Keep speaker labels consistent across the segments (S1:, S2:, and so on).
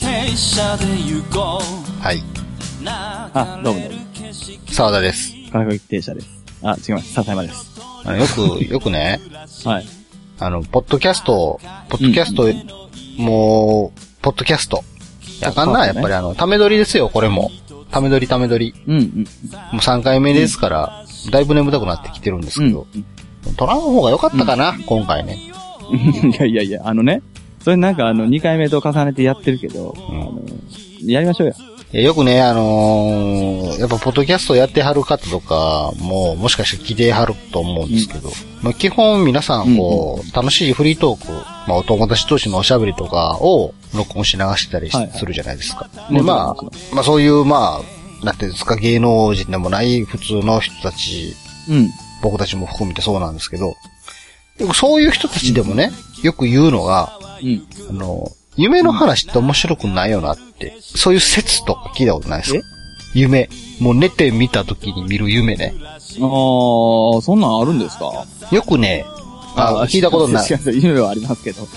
S1: 電車で行こ
S2: はい。
S1: う。
S3: あどうもどうも
S2: 沢田です。
S3: 金子一停車です。あ、違います。笹山です。
S2: あのよく、よくね、
S3: はい。
S2: あの、ポッドキャスト、ポッドキャスト、もう、ポッドキャスト。あかんな、
S3: そ
S2: や
S3: うだね
S2: っぱりあの、ため撮りですよ、これも。ため撮り、ため撮り。
S3: うんうん。
S2: もう3回目ですから、だいぶ眠たくなってきてるんです
S3: う
S2: け
S3: ん
S2: ど、トラの方が良かったかな、今回ね。
S3: うん。いやいやいや、あのね、それなんかあの、2回目と重ねてやってるけど、
S2: ん
S3: あの、やりましょうよ。
S2: いやよくね、あのーやっぱ、ポッドキャストやってはる方とか、もう、もしかして聞いてはると思うんですけど、まあ、基本皆さん、こう、楽しいフリートーク、まあ、お友達同士のおしゃべりとかを、録音し流してたりし
S3: はいはい
S2: するじゃないですか。で、
S3: もちろん
S2: ま
S3: も
S2: あ、まあ、そういう、まあ、なんていうんですか、芸能人でもない普通の人たち、
S3: うん。
S2: 僕たちも含めてそうなんですけど、でもそういう人たちでもね、よく言うのが、
S3: うん。
S2: あの、夢の話って面白くないよなって、そういう説とか聞いたことないですか
S3: え
S2: 夢。もう寝て見た時に見る夢ね。
S3: ああ、そんなんあるんですか
S2: よくね、あ聞いたことない。
S3: 違う違う夢はありますけど。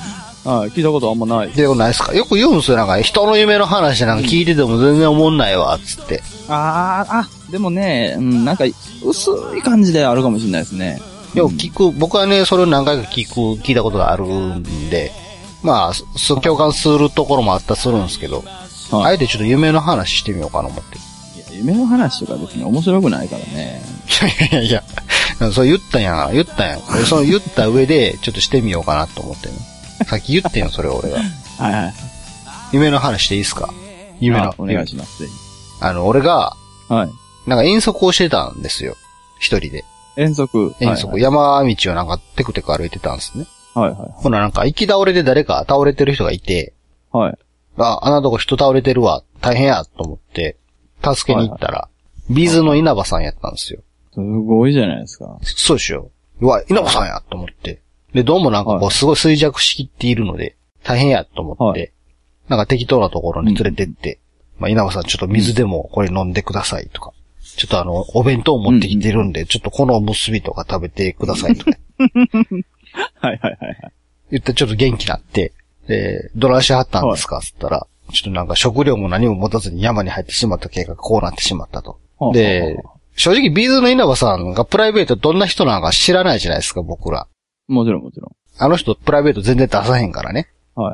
S3: あ聞いたことあんまない。
S2: 聞いたことないですかよく言うんですよ。なんか、人の夢の話なんか聞いてても全然思んないわ、つって。
S3: ああ、あ、でもね、うん、なんか、薄い感じであるかもしれないですね。
S2: よく聞く、僕はね、それを何回か聞く、聞いたことがあるんで、まあ、そ共感するところもあったりするんですけど、あ
S3: はい。
S2: えてちょっと夢の話してみようかな思って。
S3: いや夢の話とか別に面白くないからね。
S2: いやいやいや、そう言ったんやん、言ったんやん。俺その言った上で、ちょっとしてみようかなと思ってね。さっき言ってんよ、それを俺が。
S3: はいはい。
S2: 夢の話していいですか夢
S3: 夢
S2: の
S3: の。。お願いします。ぜ
S2: あの、俺が、
S3: ひはい。
S2: なんか遠足をしてたんですよ。一人で。
S3: 遠足。
S2: 遠足。
S3: はい
S2: 山道をなんかテクテク歩いてたんですね。
S3: はいはい。
S2: ほな、なんか行き倒れで誰か倒れてる人がいて、
S3: はい。
S2: あ、あんなとこ人倒れてるわ。大変や、と思って、助けに行ったら、ビーズの稲葉さんやったんですよ。
S3: すごいじゃないですか。
S2: そうでしょ。うわ、稲葉さんやと思って。で、どうもなんかこ
S3: は
S2: う、すごい衰弱しきっているので、大変やと思って、な
S3: は
S2: んか適当なところに連れてって、まあ、稲葉さんちょっと水でもこれ飲んでくださいとか、ちょっとあの、お弁当持ってきてるんで、ちょっとこのおむすびとか食べてくださいと か、
S3: はいはいはいはい。
S2: 言ってちょっと元気になって、で、どないしはったんですかつったら、ちょっとなんか食料も何も持たずに山に入ってしまった結果、こうなってしまったと。
S3: はあ
S2: で
S3: はあはあ、
S2: 正直ビーズの稲葉さんがプライベートどんな人なのか知らないじゃないですか、僕ら。
S3: もちろんもちろ
S2: あの人プライベート全然出さへんからね。
S3: ん。はい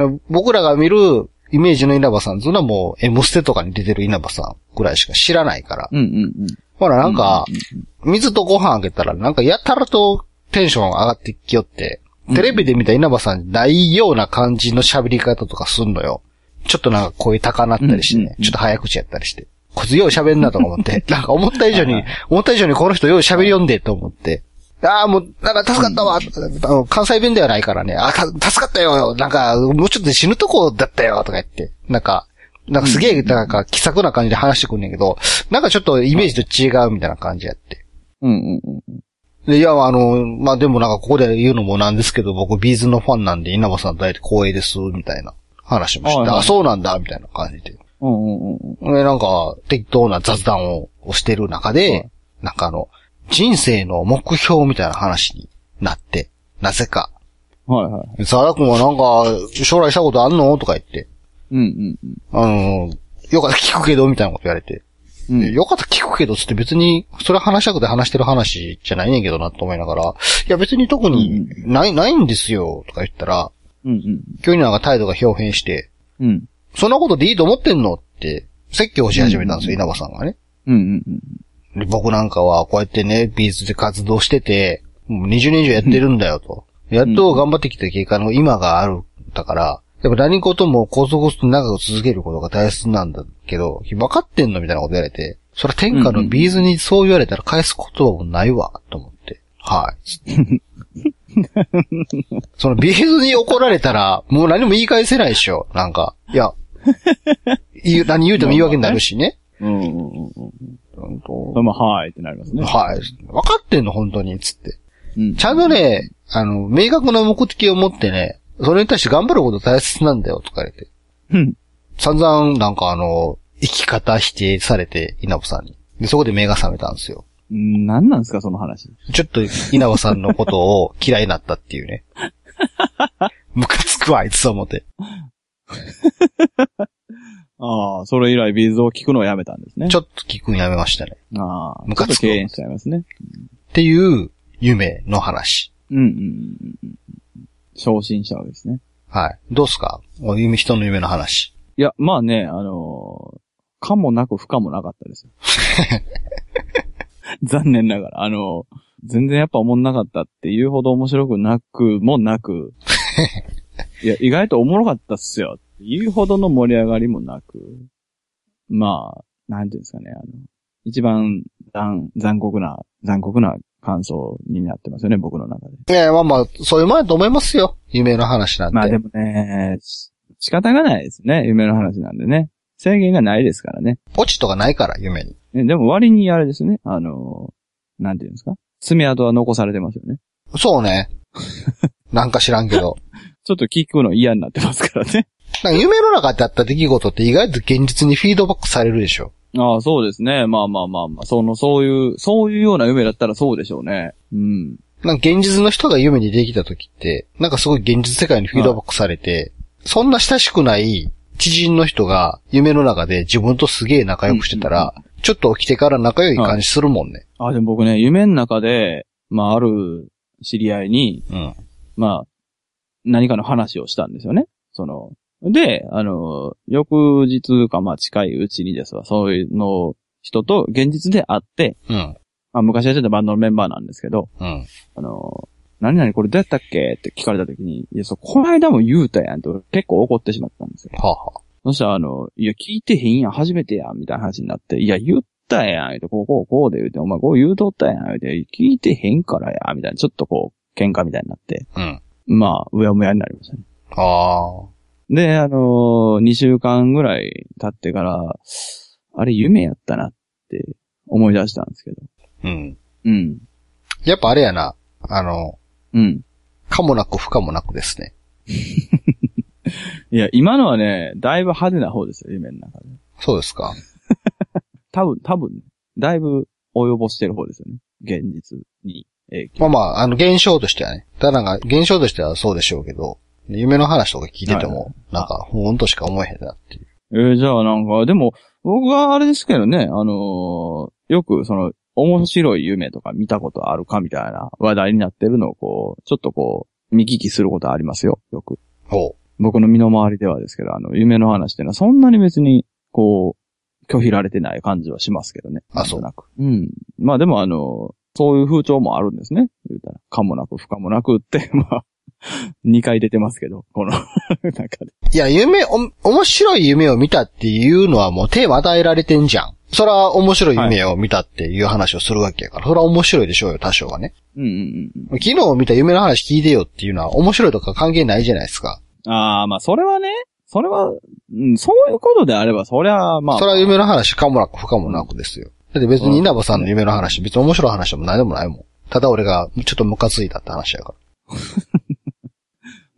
S3: はいはい。
S2: 僕らが見るイメージの稲葉さんっていうのはもう、M ステとかに出てる稲葉さんぐらいしか知らないから。
S3: うんうんうん。
S2: ほらなんか、水とご飯あげたらなんかやたらとテンション上がってきよって、テレビで見た稲葉さんないような感じの喋り方とかすんのよ。ちょっとなんか声高なったりして
S3: うんうん
S2: ね
S3: う。ん
S2: ちょっと早口やったりして。こいつよう喋んなとか思って。 なんか思った以上に、思った以上にこの人よう喋りよんでと思って。ああ、もう、なんか助かったわ。あの関西弁ではないからね。あ、た助かったよ。なんか、もうちょっとで死ぬとこだったよ。とか言って。なんか、なんかすげえ、なんか気さくな感じで話してくんねんけど、なんかちょっとイメージと違うみたいな感じやって。
S3: うんうんうん。
S2: で、いや、あの、まあ、でもなんかここで言うのもなんですけど、僕ビーズのファンなんで稲葉さん大体光栄です、みたいな話もして、
S3: はいはい
S2: あ、そうなんだ、みたいな感じで。
S3: うんうんうんうん。
S2: で、なんか適当な雑談をしてる中で、
S3: はい
S2: なんかあの、人生の目標みたいな話になって、なぜか。
S3: はいはい。
S2: 沢田くんはなんか、将来したことあんのとか言って、
S3: うんうんうん。
S2: あの、よかったら聞くけど、みたいなこと言われて。
S3: うん
S2: でよかったら聞くけど、つって別に、それ話したくて話してる話じゃないねんけどなと思いながら、いや別に特にない、ないんですよ、とか言ったら、
S3: うん
S2: 急になんか態度が表変して、
S3: うん。うん。
S2: そんなことでいいと思ってんのって、説教し始めたんですよ、稲葉さんがね。
S3: うんうんうん。
S2: で僕なんかは、こうやってね、ビーズで活動してて、もう20年以上やってるんだよと。やっと頑張ってきた結果の今がある、だから、やっぱ何事もコツコツと長く続けることが大切なんだけど、分かってんのみたいなこと言われて、それは天下のビーズにそう言われたら返す言葉もないわ、と思って。はい。 つってそのビーズに怒られたら、もう何も言い返せないでしょ、なんか。いや、 言う何言うても言い訳になるしね。
S3: うんうんうんうん。
S2: うんと
S3: まあ、はいってなりますね。
S2: はい。分かってんの、本当に、つって。
S3: うん。
S2: ちゃんとね、あの、明確な目的を持ってね、それに対して頑張ること大切なんだよ、とか言って。
S3: うん。
S2: 散々、なんかあの、生き方否定されて、稲葉さんに。で、そこで目が覚めたんですよ。
S3: うん何なんですか、その話。
S2: ちょっと、稲葉さんのことを嫌いになったって いうね。ムカつくわ、あいつと思って。
S3: ああ、それ以来ビーズを聞くのをやめたんですね。
S2: ちょっと聞くんやめましたね。
S3: ああ、
S2: ムカつく
S3: ちょっと敬遠しちゃいますね。
S2: っていう夢の話。
S3: うんうんうんうん。昇進者ですね。
S2: はい。どうっすかお夢、人の夢の話。
S3: いや、まあね、あのー可もなく不可もなかった ですよ。残念ながら、あのー全然やっぱ思んなかったっていうほど面白くなくもな く、いや、意外とおもろかったっすよっていうほどの盛り上がりもなく、まあ、なんていうんですかね、あの、一番残残酷な、残酷な感想になってますよね、僕の中で。
S2: ええまあまあ、そういうもんやと思いますよ。夢の話なんて。
S3: まあでもね、し仕方がないですね。夢の話なんでね。制限がないですからね。
S2: 落ちとかないから、夢に。
S3: ねでも割にあれですね。あのー、なんていうんですか爪痕は残されてますよね。
S2: そうね。 なんか知らんけど。
S3: ちょっと聞くの嫌になってますからね。
S2: なんか夢の中であった出来事って意外と現実にフィードバックされるでしょ。
S3: ああ、そうですね。まあまあまあまあ、その、そういう、そういうような夢だったらそうでしょうね。うん。
S2: なんか現実の人が夢にできた時って、なんかすごい現実世界にフィードバックされて、そんな親しくない知人の人が夢の中で自分とすげえ仲良くしてたら、ちょっと起きてから仲良い感じするもんね。
S3: あ、でも僕ね、夢の中で、まあある知り合いに、
S2: うん。
S3: まあ、何かの話をしたんですよね。その、で、あの、翌日か、まあ近いうちにですわ、そういうの人と現実で会って、
S2: うん。
S3: まあ昔やってたバンドのメンバーなんですけど、
S2: うん。
S3: あの、何々これどうやったっけって聞かれた時に、いや、そう、この間も言うたやんと結構怒ってしまったんですよ。
S2: はあ、はあ。
S3: そしたら、あの、いや、聞いてへんやん、初めてやん、みたいな話になって、いや、言ったやん、言うて、こう、こう、こうで言うて、お前、こう言うとったやん、言うて、聞いてへんからや、みたいな、ちょっとこう、喧嘩みたいになって、
S2: うん。
S3: まあ、うやむやになりましたね。
S2: ああ。
S3: で、あのー、2週間ぐらい経ってから、あれ夢やったなって思い出したんですけど。
S2: うん。
S3: うん。
S2: やっぱあれやな。あの、
S3: うん。
S2: かもなく不可もなくですね。
S3: いや、今のはね、だいぶ派手な方ですよ、夢の中で。
S2: そうですか。
S3: 多分、多分、ね、だいぶ及ぼしてる方ですよね。現実に影響。
S2: まあまあ、あの、現象としてはね。ただなんか、現象としてはそうでしょうけど、夢の話とか聞いてても、なんか、ほんとしか思えへんなっていう。
S3: えーじゃあなんか、でも、僕はあれですけどね、あのーよくその、面白い夢とか見たことあるかみたいな話題になってるのをこう、ちょっとこう、見聞きすることありますよ、よく。
S2: ほ
S3: 僕の身の回りではですけど、あの、夢の話っていうのはそんなに別に、こう、拒否られてない感じはしますけどね。
S2: あそう
S3: なんとなく。うん。まあでもあの、そういう風潮もあるんですね。言うたら。かもなく、不可もなくって、まあ、2回出てますけど、この中で。
S2: う。いや、夢、お、面白い夢を見たっていうのはもうテーマ与えられてんじゃん。それは面白い夢を見たっていう話をするわけやから、それは面白いでしょうよ、多少はね。
S3: うんうんう
S2: 昨
S3: ん
S2: 日見た夢の話聞いてよっていうのは面白いとか関係ないじゃないですか。
S3: うん。ああ、まあそれはね、それは、うん、そういうことであれば、そりゃ、まあ。
S2: それは夢の話かもなく不可もなくですよ。だって別に稲葉さんの夢の話、別に面白い話でも何でもないもん。ただ俺がちょっとムカついたって話やから。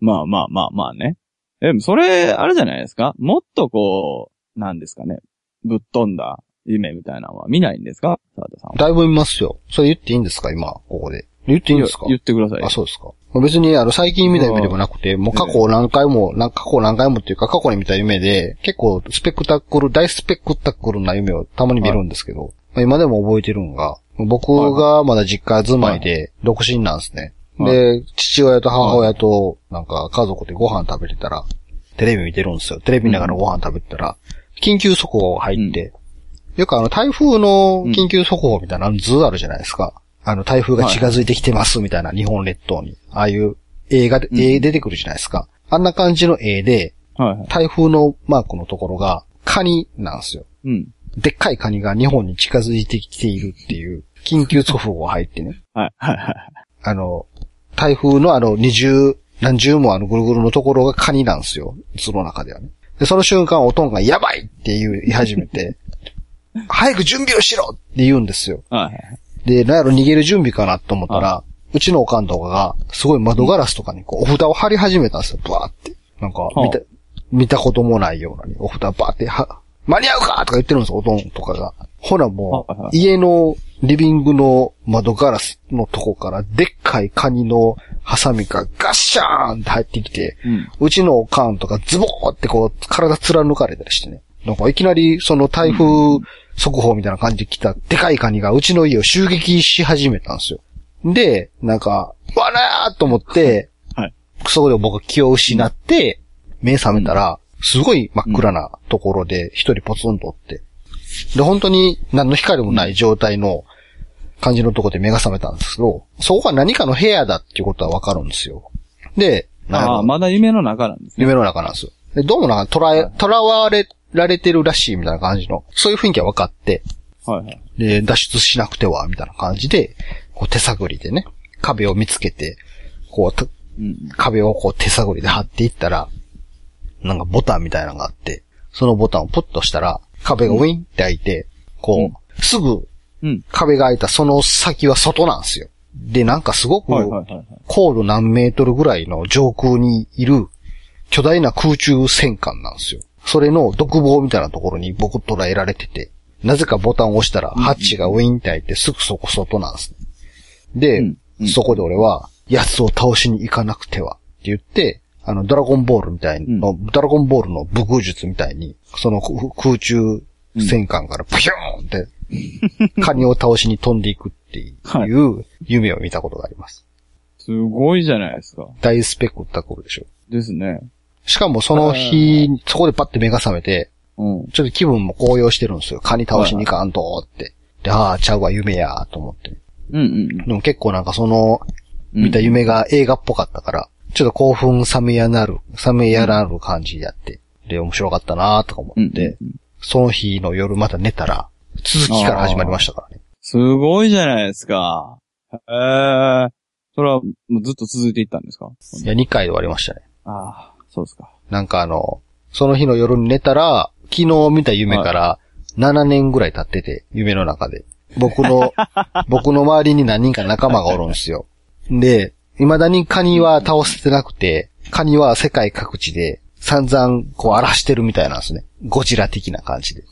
S3: まあまあまあまあね。え、でもそれ、あれじゃないですかもっとこう、なんですかね。ぶっ飛んだ夢みたいなのは見ないんですか澤田さんは。
S2: だいぶ見ますよ。それ言っていいんですか今、ここで。言っていいんですか
S3: 言ってください
S2: あ、。そうですか。別に、あの、最近見た夢でもなくて、もう過去何回も、なん過去何回もっていうか、過去に見た夢で、結構スペクタクル、大スペクタクルな夢をたまに見るんですけど、まあ今でも覚えてるのが、僕がまだ実家住まいで、独身なんですね。
S3: は
S2: で、父親と母親と、なんか家族でご飯食べてたら、テレビ見てるんですよ。テレビ見ながらご飯食べてたら、緊急速報が入って、よくあの台風の緊急速報みたいなの図あるじゃないですか。あの台風が近づいてきてますみたいな日本列島に。ああいう映画で、
S3: うん
S2: 絵出てくるじゃないですか。あんな感じの絵で、
S3: はいはい。
S2: 台風のマークのところがカニなんですよ。
S3: うん。
S2: でっかいカニが日本に近づいてきているっていう緊急速報が入ってね。
S3: はいはいはい。
S2: あの、台風のあの二重、何重もあのぐるぐるのところがカニなんですよ。図の中ではね。で、その瞬間、おとんがやばいって言い始めて、早く準備をしろって言うんですよ。
S3: はいはい。
S2: で、なんやろ逃げる準備かなと思ったら、うちのおかんとかが、すごい窓ガラスとかにこう、お札を貼り始めたんですよ。ブワーって。なんか、
S3: あ
S2: 見た、見たこともないようなに、お札バーって、は、間に合うかとか言ってるんですよ、おとんとかが。ほらも
S3: はいは
S2: う、家のリビングの窓ガラスのとこから、でっかいカニのハサミがガッシャーンって入ってきて、
S3: うん。
S2: うちのおかんとかズボーってこう、体貫かれたりしてね。なんかいきなりその台風速報みたいな感じで来たでかいカニがうちの家を襲撃し始めたんですよ。で、なんか、わらーと思って、
S3: はい
S2: そこで僕は気を失って、目覚めたら、すごい真っ暗なところで一人ポツンとおって。で、本当に何の光もない状態の感じのとこで目が覚めたんですけど、そこが何かの部屋だっていうことはわかるんですよ。で、なんやろ
S3: ああ、まだ夢の中なんですね。
S2: 夢の中なんですよ。で、どうもなんか、捕らえ、捕らわれられてるらしいみたいな感じの、そういう雰囲気は分かって、
S3: はいはい。
S2: で、脱出しなくては、みたいな感じで、こう手探りでね、壁を見つけて、こうた、
S3: うん。
S2: 壁をこう手探りで貼っていったら、なんかボタンみたいなのがあって、そのボタンをポッとしたら、壁がウィンって開いて、こう、
S3: うん
S2: すぐ
S3: うん。
S2: 壁が開いたその先は外なんですよ。で、なんかすごく、
S3: はいはいはいはい。
S2: 高度何メートルぐらいの上空にいる巨大な空中戦艦なんですよ。それの独房みたいなところに僕捉えられてて、なぜかボタンを押したらハッチがウィンって開いてすぐそこ外なんですね。で、
S3: うんうん
S2: そこで俺は、奴を倒しに行かなくてはって言って、あの、ドラゴンボールみたいの、ドラゴンボールの武空術みたいに、その空空中戦艦からプヒューン って、カニを倒しに飛んでいくっていう夢を見たことがあります。
S3: すごいじゃないですか。
S2: 大スペクタクルでしょ。
S3: ですね。
S2: しかもその日、そこでパッて目が覚めて、
S3: うん。
S2: ちょっと気分も高揚してるんですよ。カニ倒しに行かんとって。で、ああ、ちゃうわ、夢や、と思って。
S3: うんうん
S2: でも結構なんかその、
S3: うん。
S2: 見た
S3: い。
S2: 夢が映画っぽかったから、ちょっと興奮冷めやなる、冷めやなる感じやって。で、面白かったなとか思
S3: うんうん。
S2: って、その日の夜また寝たら、続きから始まりましたからね。
S3: すごいじゃないですか。へえそれはもうずっと続いていったんですか
S2: いや、2回で終わりましたね。
S3: ああ、そうですか。
S2: なんかあの、その日の夜に寝たら、昨日見た夢から7年ぐらい経ってて、夢の中で。僕の、僕の周りに何人か仲間がおるんですよ。で、未だにカニは倒せてなくて、カニは世界各地で散々こう荒らしてるみたいなんですね。ゴジラ的な感じで。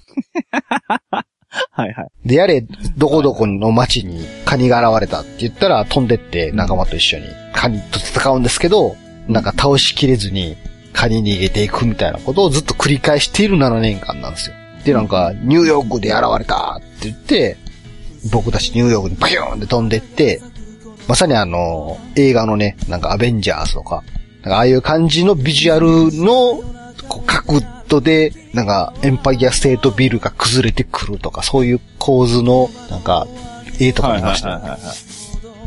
S3: はいはい。
S2: で、やれ、どこどこの町にカニが現れたって言ったら飛んでって仲間と一緒にカニと戦うんですけど、なんか倒しきれずにカニに逃げていくみたいなことをずっと繰り返している7年間なんですよ。で、なんかニューヨークで現れたって言って、僕たちニューヨークにバキューンって飛んでって、まさにあの、映画のね、なんかアベンジャーズとか、なんかああいう感じのビジュアルのこう角度で、なんかエンパイアステートビルが崩れてくるとか、そういう構図の、なんか、絵とか
S3: はい
S2: 見
S3: は
S2: ま
S3: い
S2: したよ。
S3: はい。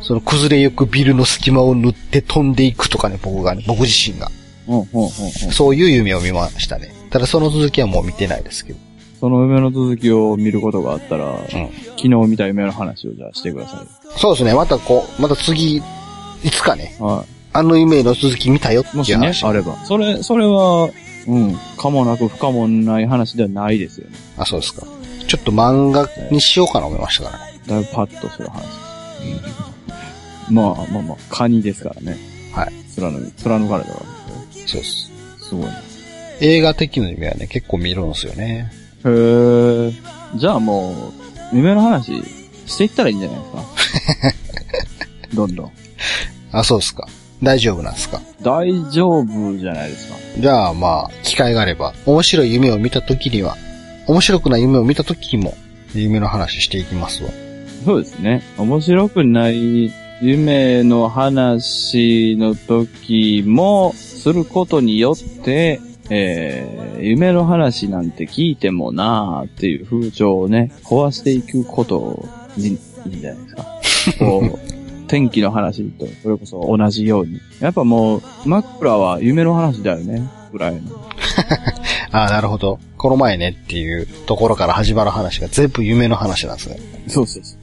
S2: その崩れゆくビルの隙間を塗って飛んでいくとかね、僕がね、僕自身が。
S3: うんうんうんうん。
S2: そういう夢を見ましたね。ただその続きはもう見てないですけど。
S3: その夢の続きを見ることがあったら、
S2: ん
S3: 昨日見た夢の話をじゃあしてくださ
S2: そうですね、またこう、また次、いつかね、
S3: い。は
S2: あの夢の続き見たよって
S3: い。
S2: い
S3: も
S2: う
S3: しね、
S2: 話。
S3: あれば。それ、それは、うん、かもなく不可もない話ではないですよね。
S2: あ、そうですか。ちょっと漫画にしようかな思いましたからね。
S3: だいぶパッとする話です。まあまあまあ、カニですからね。
S2: はい。
S3: 貫く、貫かれたか
S2: そうです。
S3: ら。すごいね。
S2: 映画的な夢はね、結構見るんですよね。
S3: へえ。じゃあもう、夢の話していったらいいんじゃない ですか。どんどん。
S2: あ、そうですか。大丈夫なんですか。
S3: 大丈夫じゃないですか。
S2: じゃあまあ、機会があれば、面白い夢を見た時には、面白くない夢を見た時にも、夢の話していきますわ。
S3: そうですね。面白くない夢の話の時も、することによって、えー、夢の話なんて聞いてもなーっていう風潮をね、壊していくことに、いいんじゃないですか。 こう、天気の話と、それこそ同じように。やっぱもう、枕は夢の話だよね、ぐらいの。
S2: ああ、なるほど。この前ねっていうところから始まる話が全部夢の話なんですね。
S3: そうそうそ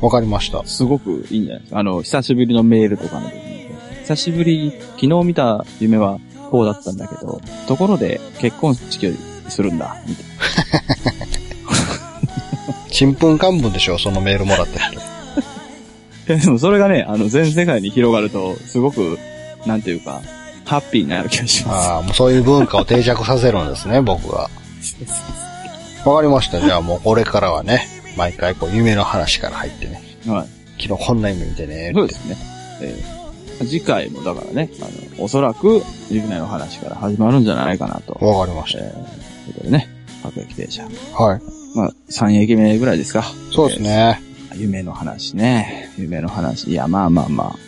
S3: う。
S2: わかりました。
S3: すごくいいんじゃないですか。あの、久しぶりのメールとかの時に。久しぶり、昨日見た夢はこうだったんだけど、ところで結婚式をするんだ、みたいな。
S2: ちんぷんかんぷんでしょ、そのメールもらった人。
S3: いや でもそれがね、あの、全世界に広がると、すごく、なんていうか、ハッピーになる気がしま
S2: ああ、もうそういう文化を定着させるんですね、僕が。
S3: す。
S2: わかりました。じゃあもうこれからはね、毎回こう夢の話から入ってね、
S3: はい。
S2: 昨日こんな夢見てね。
S3: そうですね。えー次回もだからね、あの、おそらく、夢の話から始まるんじゃないかなと。
S2: わかりました。
S3: えーということでね、各駅停車。
S2: はい。
S3: まあ、3駅目ぐらいですか。
S2: そうですね。
S3: えー。夢の話ね。夢の話。いや、まあまあまあ。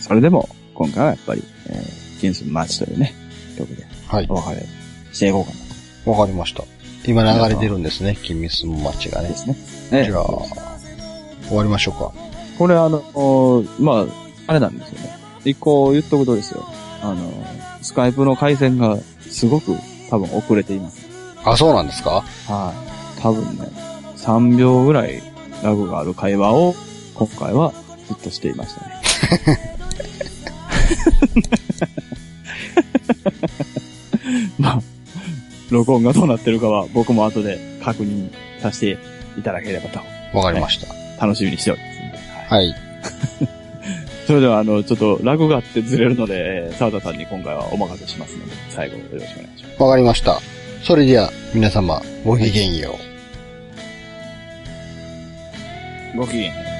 S3: それでも、今回はやっぱり、えー、金属マーチというね、曲で
S2: はい
S3: お。別れしていこうかな
S2: わかりました。今流れてるんですね。金密の街が
S3: とで
S2: ね。
S3: すね。ええ
S2: じゃあ、終わりましょうか。
S3: これあの、おまあ、あれなんですよね。一個言っとくとですよ。あの、スカイプの回線がすごく多分遅れています。
S2: あ、そうなんですか
S3: はい。多分ね、3秒ぐらいラグがある会話を今回はずっとしていま したね。まあ、録音がどうなってるかは僕も後で確認させていただければと
S2: わかりました。
S3: 楽しみにしておりますんで。はい
S2: はい。
S3: それでは、あの、ちょっと、ラグがあってずれるので、えー澤田さんに今回はお任せしますので、最後よろしくお願いします。
S2: わかりました。それでは、皆様、ごきげんよう。
S3: ごきげんよう。